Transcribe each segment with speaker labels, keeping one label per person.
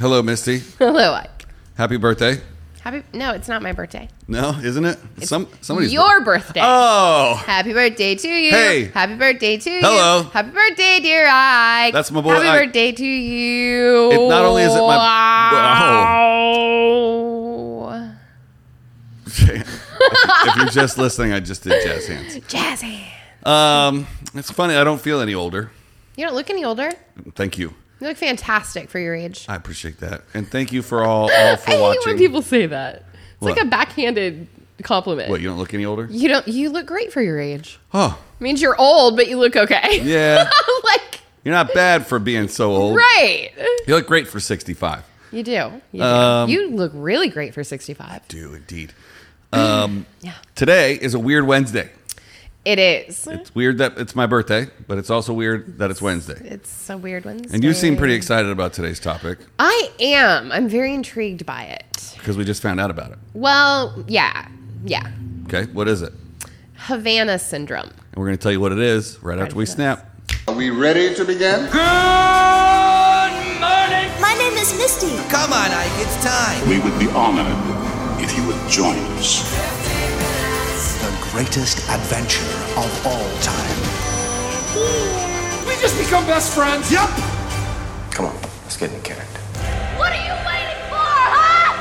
Speaker 1: Hello, Misty.
Speaker 2: Hello, Ike.
Speaker 1: Happy birthday.
Speaker 2: Happy? No, it's not my birthday.
Speaker 1: No, isn't it? Some somebody's
Speaker 2: Your
Speaker 1: bir-
Speaker 2: birthday.
Speaker 1: Oh,
Speaker 2: Happy birthday to you.
Speaker 1: Hey.
Speaker 2: Happy birthday to you.
Speaker 1: Hello.
Speaker 2: Happy birthday, dear Ike.
Speaker 1: That's my boy,
Speaker 2: Happy
Speaker 1: Ike.
Speaker 2: birthday to you.
Speaker 1: It- not only is it my-
Speaker 2: Wow.
Speaker 1: if you're just listening, I just did jazz hands.
Speaker 2: Jazz hands.
Speaker 1: Um, it's funny. I don't feel any older.
Speaker 2: You don't look any older.
Speaker 1: Thank you.
Speaker 2: You look fantastic for your age.
Speaker 1: I appreciate that, and thank you for all all for
Speaker 2: I hate
Speaker 1: watching.
Speaker 2: when people say that. It's
Speaker 1: What?
Speaker 2: like a backhanded compliment.
Speaker 1: what you don't look any older?
Speaker 2: You don't. You look great for your age.
Speaker 1: Oh,
Speaker 2: It means you're old, but you look okay.
Speaker 1: yeah.
Speaker 2: like
Speaker 1: You're not bad for being so old.
Speaker 2: right.
Speaker 1: You look great for 65.
Speaker 2: You do. You, do.
Speaker 1: Um,
Speaker 2: you look really great for 65.
Speaker 1: Do indeed. Um,
Speaker 2: Yeah.
Speaker 1: today is a weird Wednesday.
Speaker 2: It is.
Speaker 1: It's weird that it's my birthday, but it's also weird that it's Wednesday.
Speaker 2: It's a weird one.
Speaker 1: And you seem pretty excited about today's topic
Speaker 2: I am. I'm very intrigued by it.
Speaker 1: because we just found out about it.
Speaker 2: Well, yeah. Yeah.
Speaker 1: Okay, what is it?
Speaker 2: Havana syndrome.
Speaker 1: And we're going to tell you what it is right after we
Speaker 2: after this.
Speaker 1: snap.
Speaker 3: Are we ready to begin?
Speaker 4: My name is Misty.
Speaker 5: Come on, Ike, it's time.
Speaker 6: We would be honored if you would join us.
Speaker 5: The greatest adventure of all time.
Speaker 7: We just become best friends. Yep.
Speaker 8: Come on, let's get in character.
Speaker 4: What are you waiting for, huh?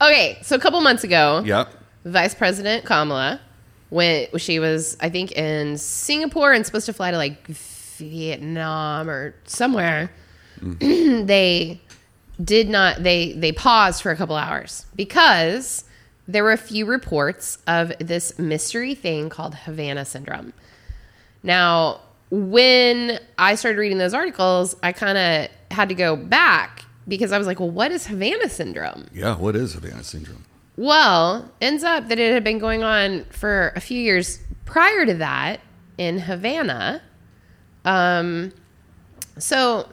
Speaker 2: Okay, so a couple months ago,
Speaker 1: Yep.
Speaker 2: Vice President Kamala went. She was, I think, in Singapore and supposed to fly to like Vietnam or somewhere. they did not. They they paused for a couple hours because there were a few reports of this mystery thing called Havana syndrome. Now, when I started reading those articles, I kind of had to go back because I was like, well, what is Havana syndrome?
Speaker 1: Yeah, what is Havana syndrome?
Speaker 2: Well, ends up that it had been going on for a few years prior to that in Havana. Um, so,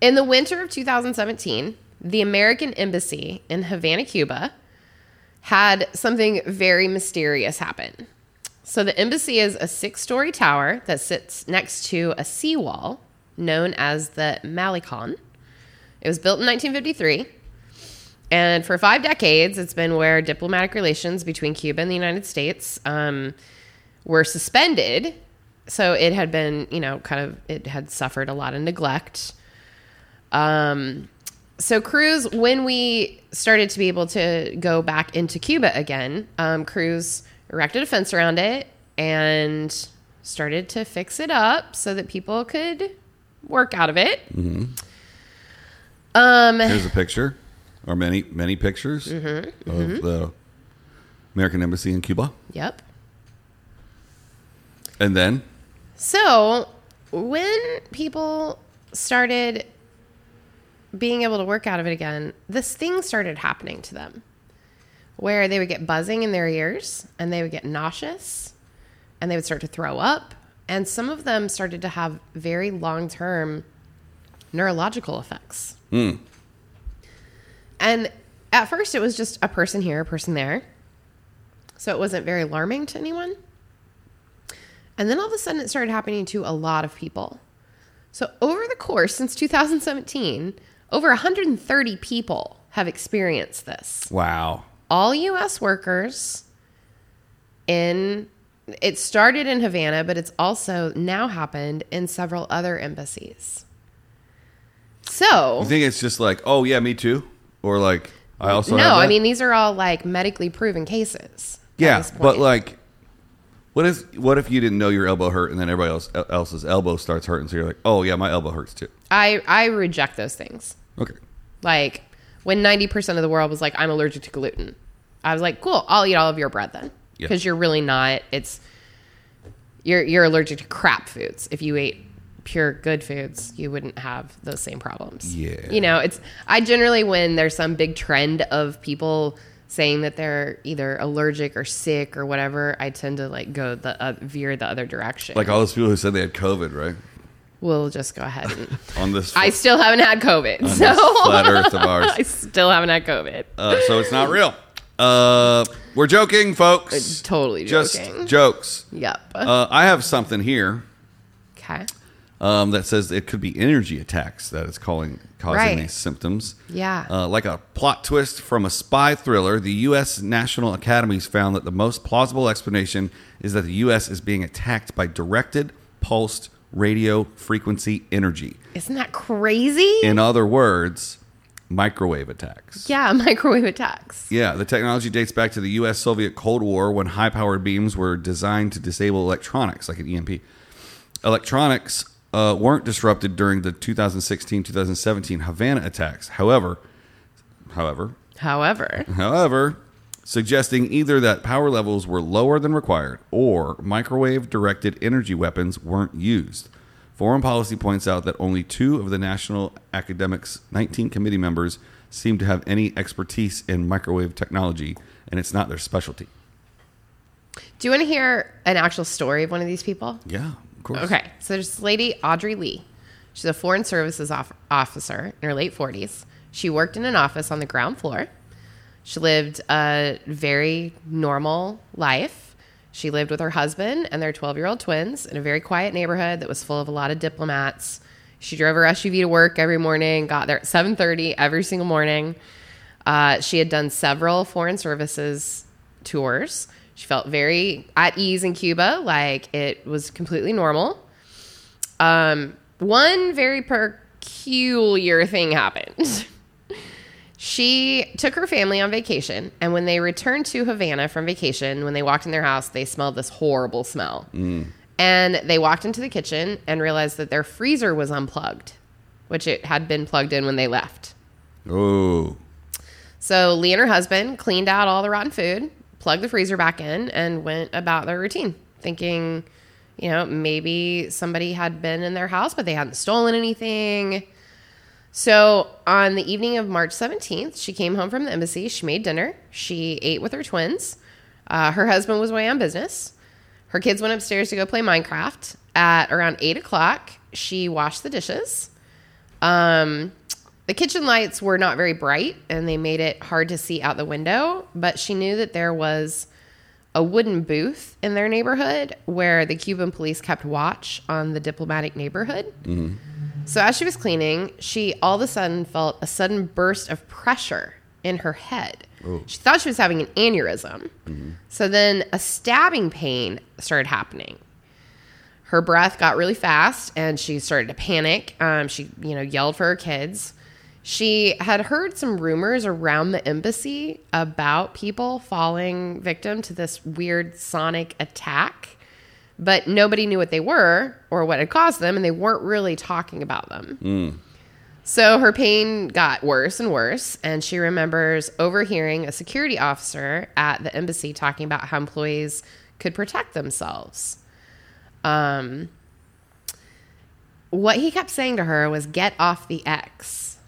Speaker 2: in the winter of 2017, the American embassy in Havana, Cuba, had something very mysterious happen. So, the embassy is a six story tower that sits next to a seawall known as the Malecon. It was built in 1953. And for five decades, it's been where diplomatic relations between Cuba and the United States um, were suspended. So it had been, you know, kind of, it had suffered a lot of neglect. Um, so Cruz, when we started to be able to go back into Cuba again, um, Cruz erected a fence around it and started to fix it up so that people could work out of it. Um,
Speaker 1: Here's a picture, or many, many pictures
Speaker 2: Mm-hmm,
Speaker 1: of the American Embassy in Cuba.
Speaker 2: yep.
Speaker 1: And then,
Speaker 2: So, when people started being able to work out of it again, this thing started happening to them where they would get buzzing in their ears and they would get nauseous and they would start to throw up. And some of them started to have very long term neurological effects. And at first, it was just a person here, a person there. So it wasn't very alarming to anyone. And then all of a sudden, it started happening to a lot of people. So, over the course since 2017, over 130 people have experienced this.
Speaker 1: wow.
Speaker 2: All US workers in it started in Havana, but it's also now happened in several other embassies. So,
Speaker 1: You think it's just like, oh, yeah, me too? Or like, I also have
Speaker 2: no, I
Speaker 1: that?
Speaker 2: mean, these are all like medically proven cases. at
Speaker 1: Yeah,
Speaker 2: this
Speaker 1: but
Speaker 2: point.
Speaker 1: like, what if what if you didn't know your elbow hurt, and then everybody else else's elbow starts hurting, so you're like, oh yeah, my elbow hurts too.
Speaker 2: I, I reject those things.
Speaker 1: Okay,
Speaker 2: Like when 90% of the world was like, I'm allergic to gluten. I was like, cool, I'll eat all of your bread then.
Speaker 1: Yeah.
Speaker 2: Because you're really not, it's, you're, you're allergic to crap foods. If you ate pure good foods, you wouldn't have those same problems.
Speaker 1: Yeah.
Speaker 2: You know, it's, I generally, when there's some big trend of people saying that they're either allergic or sick or whatever, I tend to like go the, uh, veer the other direction.
Speaker 1: like all those people who said they had COVID, right?
Speaker 2: we'll just go ahead and.
Speaker 1: On this,
Speaker 2: I still haven't had COVID.
Speaker 1: this
Speaker 2: so
Speaker 1: flat earth of ours.
Speaker 2: I still haven't had COVID.
Speaker 1: uh, so it's not real. Uh, we're joking, folks.
Speaker 2: Uh, Totally
Speaker 1: Just
Speaker 2: joking.
Speaker 1: jokes.
Speaker 2: yep.
Speaker 1: Uh, I have something here.
Speaker 2: okay.
Speaker 1: um, that says it could be energy attacks that is calling, causing
Speaker 2: Right.
Speaker 1: these symptoms.
Speaker 2: Yeah.
Speaker 1: Uh, like a plot twist from a spy thriller, the U.S. National Academies found that the most plausible explanation is that the U.S. is being attacked by directed pulsed radio frequency energy.
Speaker 2: Isn't that crazy?
Speaker 1: In other words, microwave attacks.
Speaker 2: yeah, microwave attacks.
Speaker 1: Yeah, the technology dates back to the US Soviet Cold War when high powered beams were designed to disable electronics, like an EMP. Electronics uh, weren't disrupted during the 2016 2017 Havana attacks. However, however,
Speaker 2: However,
Speaker 1: however, suggesting either that power levels were lower than required or microwave directed energy weapons weren't used. Foreign policy points out that only two of the National Academics 19 committee members seem to have any expertise in microwave technology, and it's not their specialty.
Speaker 2: do you want to hear an actual story of one of these people?
Speaker 1: Yeah, of course.
Speaker 2: Okay, so there's this lady, Audrey Lee. She's a foreign services off- officer in her late 40s. She worked in an office on the ground floor. She lived a very normal life. She lived with her husband and their 12 year old twins in a very quiet neighborhood that was full of a lot of diplomats. She drove her SUV to work every morning, got there at 7:30 every single morning. Uh, she had done several foreign services tours. She felt very at ease in Cuba, like it was completely normal. Um, one very peculiar thing happened. she took her family on vacation, and when they returned to Havana from vacation, when they walked in their house, they smelled this horrible smell. And they walked into the kitchen and realized that their freezer was unplugged, which it had been plugged in when they left.
Speaker 1: Oh,
Speaker 2: So Lee and her husband cleaned out all the rotten food, plugged the freezer back in, and went about their routine, thinking, you know, maybe somebody had been in their house, but they hadn't stolen anything. So on the evening of March 17th, she came home from the embassy. She made dinner. She ate with her twins. Uh, her husband was away on business. Her kids went upstairs to go play Minecraft. At around eight o'clock, she washed the dishes. Um, the kitchen lights were not very bright and they made it hard to see out the window, but she knew that there was a wooden booth in their neighborhood where the Cuban police kept watch on the diplomatic neighborhood. So as she was cleaning, she all of a sudden felt a sudden burst of pressure in her head. She thought she was having an aneurysm. So then a stabbing pain started happening her breath got really fast and she started to panic. Um, she, you know, yelled for her kids. She had heard some rumors around the embassy about people falling victim to this weird sonic attack, but nobody knew what they were or what had caused them, and they weren't really talking about them. So her pain got worse and worse, and she remembers overhearing a security officer at the embassy talking about how employees could protect themselves um, what he kept saying to her was get off the X.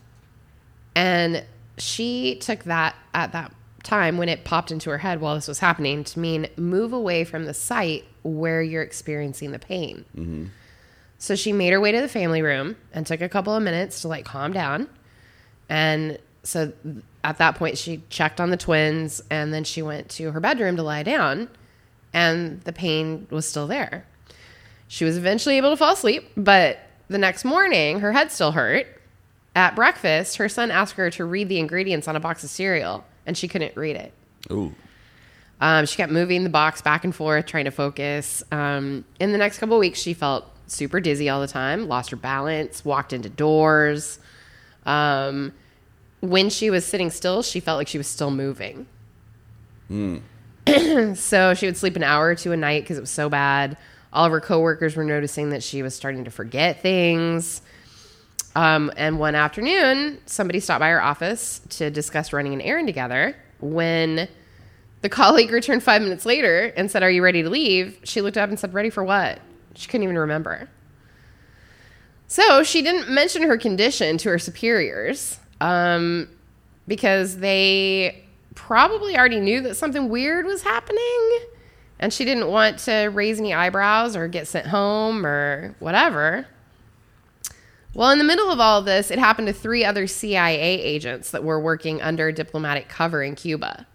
Speaker 2: And she took that at that time when it popped into her head while this was happening to mean move away from the site where you're experiencing the pain. So she made her way to the family room and took a couple of minutes to like calm down. And so at that point, she checked on the twins and then she went to her bedroom to lie down, and the pain was still there. She was eventually able to fall asleep, but the next morning, her head still hurt. At breakfast, her son asked her to read the ingredients on a box of cereal, and she couldn't read it.
Speaker 1: oh,
Speaker 2: Um, she kept moving the box back and forth, trying to focus. Um, in the next couple of weeks, she felt super dizzy all the time, lost her balance, walked into doors. Um, when she was sitting still, she felt like she was still moving. so she would sleep an hour or two a night because it was so bad. All of her coworkers were noticing that she was starting to forget things. Um, and one afternoon, somebody stopped by her office to discuss running an errand together. When the colleague returned five minutes later and said, Are you ready to leave? She looked up and said, Ready for what? She couldn't even remember. So she didn't mention her condition to her superiors um, because they probably already knew that something weird was happening. And she didn't want to raise any eyebrows or get sent home or whatever. Well, in the middle of all this, it happened to three other CIA agents that were working under diplomatic cover in Cuba.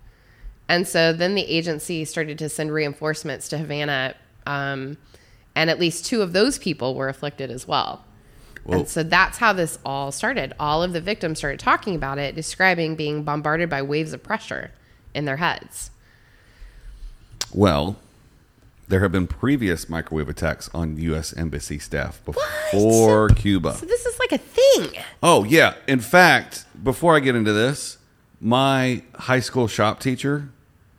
Speaker 2: And so then the agency started to send reinforcements to Havana um, And at least two of those people were afflicted as well.
Speaker 1: Whoa.
Speaker 2: And so that's how this all started. All of the victims started talking about it, describing being bombarded by waves of pressure in their heads.
Speaker 1: Well, there have been previous microwave attacks on U.S. embassy staff before Cuba.
Speaker 2: So this is like a thing.
Speaker 1: Oh yeah. In fact, before I get into this, my high school shop teacher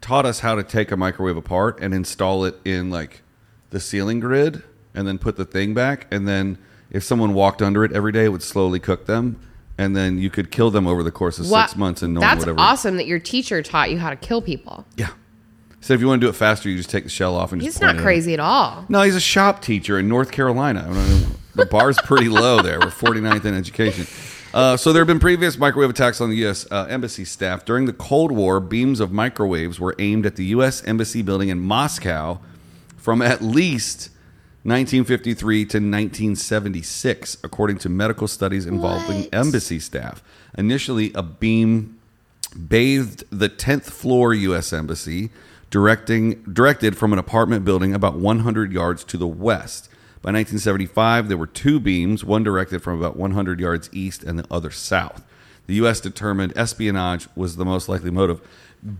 Speaker 1: taught us how to take a microwave apart and install it in like the ceiling grid and then put the thing back and then if someone walked under it every day it would slowly cook them and then you could kill them over the course of
Speaker 2: Wha-
Speaker 1: six months and no one
Speaker 2: That's
Speaker 1: would ever
Speaker 2: awesome that your teacher taught you how to kill people.
Speaker 1: Yeah. So if you want to do it faster, you just take the shell off and just
Speaker 2: He's
Speaker 1: point
Speaker 2: not
Speaker 1: it at
Speaker 2: crazy at all.
Speaker 1: him. No, he's a shop teacher in North Carolina. I don't know. The bar's pretty low there. We're 49th in education. Uh, so there have been previous microwave attacks on the U.S. Uh, embassy staff. During the Cold War, beams of microwaves were aimed at the U.S. embassy building in Moscow from at least 1953 to 1976, according to medical studies involving
Speaker 2: What?
Speaker 1: embassy staff. Initially, a beam bathed the 10th floor U.S. Embassy, directing, directed from an apartment building about 100 yards to the west. By 1975, there were two beams, one directed from about 100 yards east and the other south. The U.S. determined espionage was the most likely motive.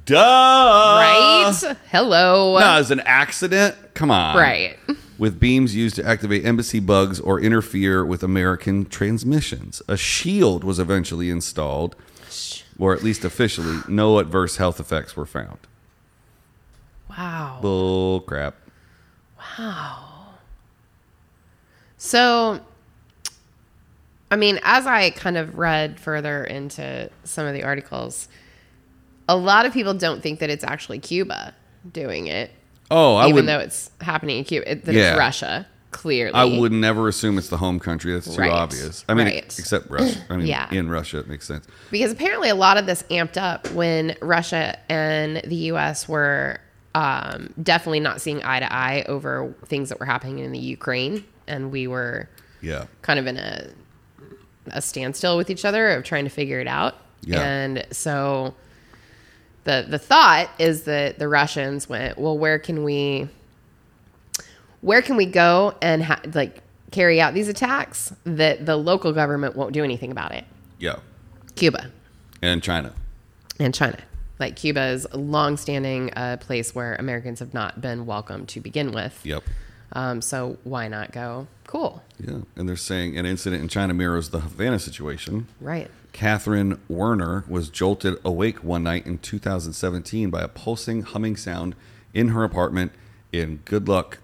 Speaker 1: Duh! Right?
Speaker 2: right? Hello.
Speaker 1: No, it's an accident. Come on.
Speaker 2: Right.
Speaker 1: With beams used to activate embassy bugs or interfere with American transmissions. A shield was eventually installed, or at least officially, no adverse health effects were found.
Speaker 2: Wow.
Speaker 1: Bull crap.
Speaker 2: Oh. So, I mean, as I kind of read further into some of the articles, a lot of people don't think that it's actually Cuba doing it,
Speaker 1: Oh, I
Speaker 2: even
Speaker 1: would.
Speaker 2: though it's happening in Cuba. It, that
Speaker 1: Yeah.
Speaker 2: it's Russia, clearly.
Speaker 1: I would never assume it's the home country. That's too
Speaker 2: Right.
Speaker 1: obvious. I mean,
Speaker 2: Right.
Speaker 1: except Russia. I mean,
Speaker 2: Yeah.
Speaker 1: in Russia, it makes sense.
Speaker 2: Because apparently, a lot of this amped up when Russia and the U.S. were um, definitely not seeing eye to eye over things that were happening in the Ukraine, and we were
Speaker 1: Yeah.
Speaker 2: kind of in a a standstill with each other of trying to figure it out.
Speaker 1: Yeah.
Speaker 2: And so the the thought is that the Russians went, well, where can we where can we go and ha- like carry out these attacks that the local government won't do anything about it?
Speaker 1: Yeah.
Speaker 2: Cuba
Speaker 1: And China.
Speaker 2: and China. Like Cuba is a longstanding uh, place where Americans have not been welcome to begin with.
Speaker 1: Yep.
Speaker 2: Um, so why not go? Cool.
Speaker 1: Yeah. And they're saying an incident in China mirrors the Havana situation.
Speaker 2: Right.
Speaker 1: Catherine Werner was jolted awake one night in 2017 by a pulsing, humming sound in her apartment in Good Luck,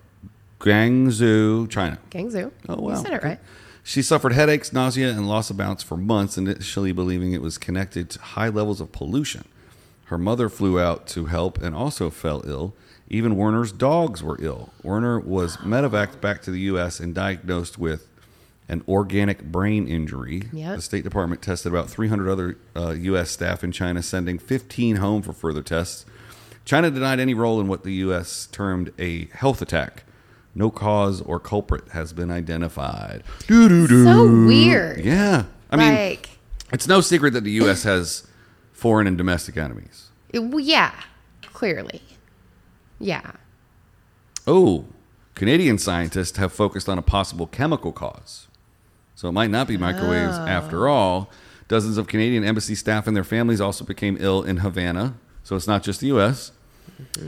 Speaker 1: Guangzhou, China.
Speaker 2: Gangzhou.
Speaker 1: Oh, wow.
Speaker 2: You said it
Speaker 1: Okay.
Speaker 2: right.
Speaker 1: She suffered headaches, nausea, and loss of balance for months, initially believing it was connected to high levels of pollution. Her mother flew out to help and also fell ill. Even Werner's dogs were ill. Werner was medevaced back to the U.S. and diagnosed with an organic brain injury.
Speaker 2: Yep.
Speaker 1: The State Department tested about 300 other uh, U.S. staff in China, sending 15 home for further tests. China denied any role in what the U.S. termed a health attack. No cause or culprit has been identified. Doo-doo-doo.
Speaker 2: So weird.
Speaker 1: Yeah. I mean,
Speaker 2: like,
Speaker 1: it's no secret that the U.S. has foreign and domestic enemies.
Speaker 2: it- well, yeah, clearly. Yeah.
Speaker 1: Oh, Canadian scientists have focused on a possible chemical cause. So it might not be microwaves after all. Dozens of Canadian embassy staff and their families also became ill in Havana. So it's not just the U.S.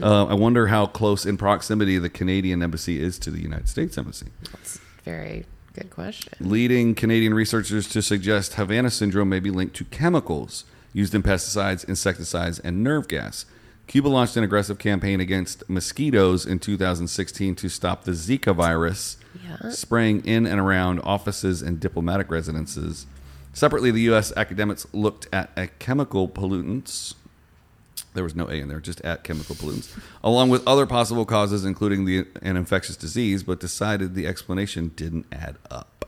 Speaker 1: Uh, I wonder how close in proximity the Canadian embassy is to the United States embassy.
Speaker 2: That's a very good question.
Speaker 1: leading Canadian researchers to suggest Havana syndrome may be linked to chemicals used in pesticides, insecticides, and nerve gas. Cuba launched an aggressive campaign against mosquitoes in 2016 to stop the Zika virus
Speaker 2: Yeah.
Speaker 1: spraying in and around offices and diplomatic residences. Separately, the U.S. academics looked at a chemical pollutants there was no A in there, just at chemical pollutants, along with other possible causes, including the an infectious disease, but decided the explanation didn't add up.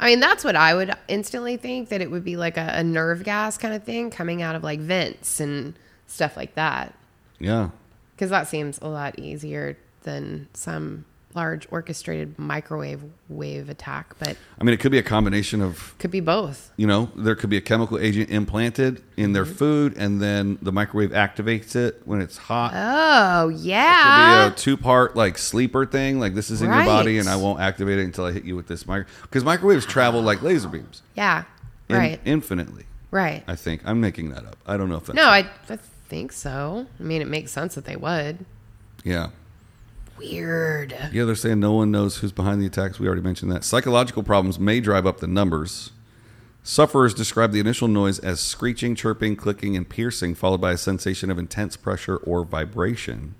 Speaker 2: I mean, that's what I would instantly think that it would be like a, a nerve gas kind of thing coming out of like vents and stuff like that.
Speaker 1: Yeah.
Speaker 2: Because that seems a lot easier than some large orchestrated microwave wave attack, but
Speaker 1: I mean, it could be a combination of
Speaker 2: could be both.
Speaker 1: you know, there could be a chemical agent implanted in
Speaker 2: Mm-hmm.
Speaker 1: their food, and then the microwave activates it when it's hot.
Speaker 2: Oh
Speaker 1: Could
Speaker 2: yeah.
Speaker 1: be a two-part like sleeper thing. Like this is in your body,
Speaker 2: Right.
Speaker 1: and I won't activate it until I hit you with this micro. Because microwaves travel like laser beams,
Speaker 2: yeah.
Speaker 1: in-
Speaker 2: Ah. right.
Speaker 1: Infinitely.
Speaker 2: right.
Speaker 1: I think I'm making that up. I don't know if that's
Speaker 2: no, I, I think so. I mean, it makes sense that they would.
Speaker 1: yeah.
Speaker 2: Weird.
Speaker 1: Yeah, they're saying no one knows who's behind the attacks. We already mentioned that. Psychological problems may drive up the numbers. Sufferers describe the initial noise as screeching, chirping, clicking, and piercing, followed by a sensation of intense pressure or vibration.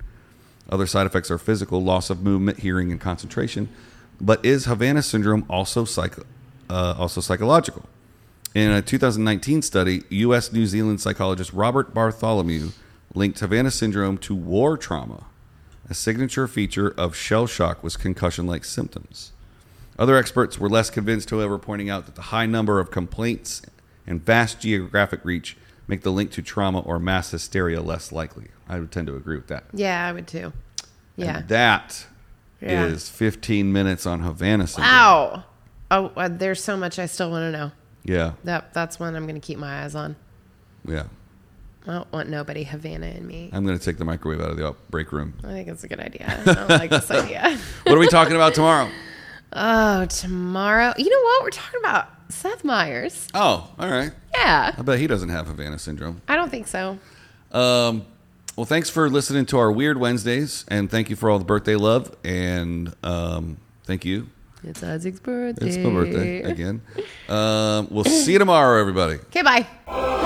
Speaker 1: Other side effects are physical, loss of movement, hearing, and concentration. But is Havana syndrome also psych- uh, also psychological? In a 2019 study, U.S. New Zealand psychologist Robert Bartholomew linked Havana syndrome to war trauma. A signature feature of shell shock was concussion like symptoms. Other experts were less convinced, however, pointing out that the high number of complaints and vast geographic reach make the link to trauma or mass hysteria less likely. I would tend to agree with that.
Speaker 2: Yeah, I would too. Yeah.
Speaker 1: And that is
Speaker 2: Yeah.
Speaker 1: 15 minutes on Havana syndrome.
Speaker 2: Ow. Oh, uh, there's so much I still want to know.
Speaker 1: Yeah.
Speaker 2: That that's one I'm going to keep my eyes on.
Speaker 1: Yeah.
Speaker 2: I don't want nobody Havana in me.
Speaker 1: I'm going to take the microwave out of the out- break room.
Speaker 2: I think it's a good idea. I don't like this idea.
Speaker 1: What are we talking about tomorrow?
Speaker 2: Oh, tomorrow. You know what? We're talking about Seth Meyers.
Speaker 1: Oh, all right.
Speaker 2: Yeah.
Speaker 1: I bet he doesn't have Havana syndrome.
Speaker 2: I don't think so.
Speaker 1: Um, well, thanks for listening to our Weird Wednesdays, and thank you for all the birthday love, and um, thank you.
Speaker 2: It's Isaac's birthday.
Speaker 1: It's my birthday again. Um, we'll see you tomorrow, everybody.
Speaker 2: Okay, bye.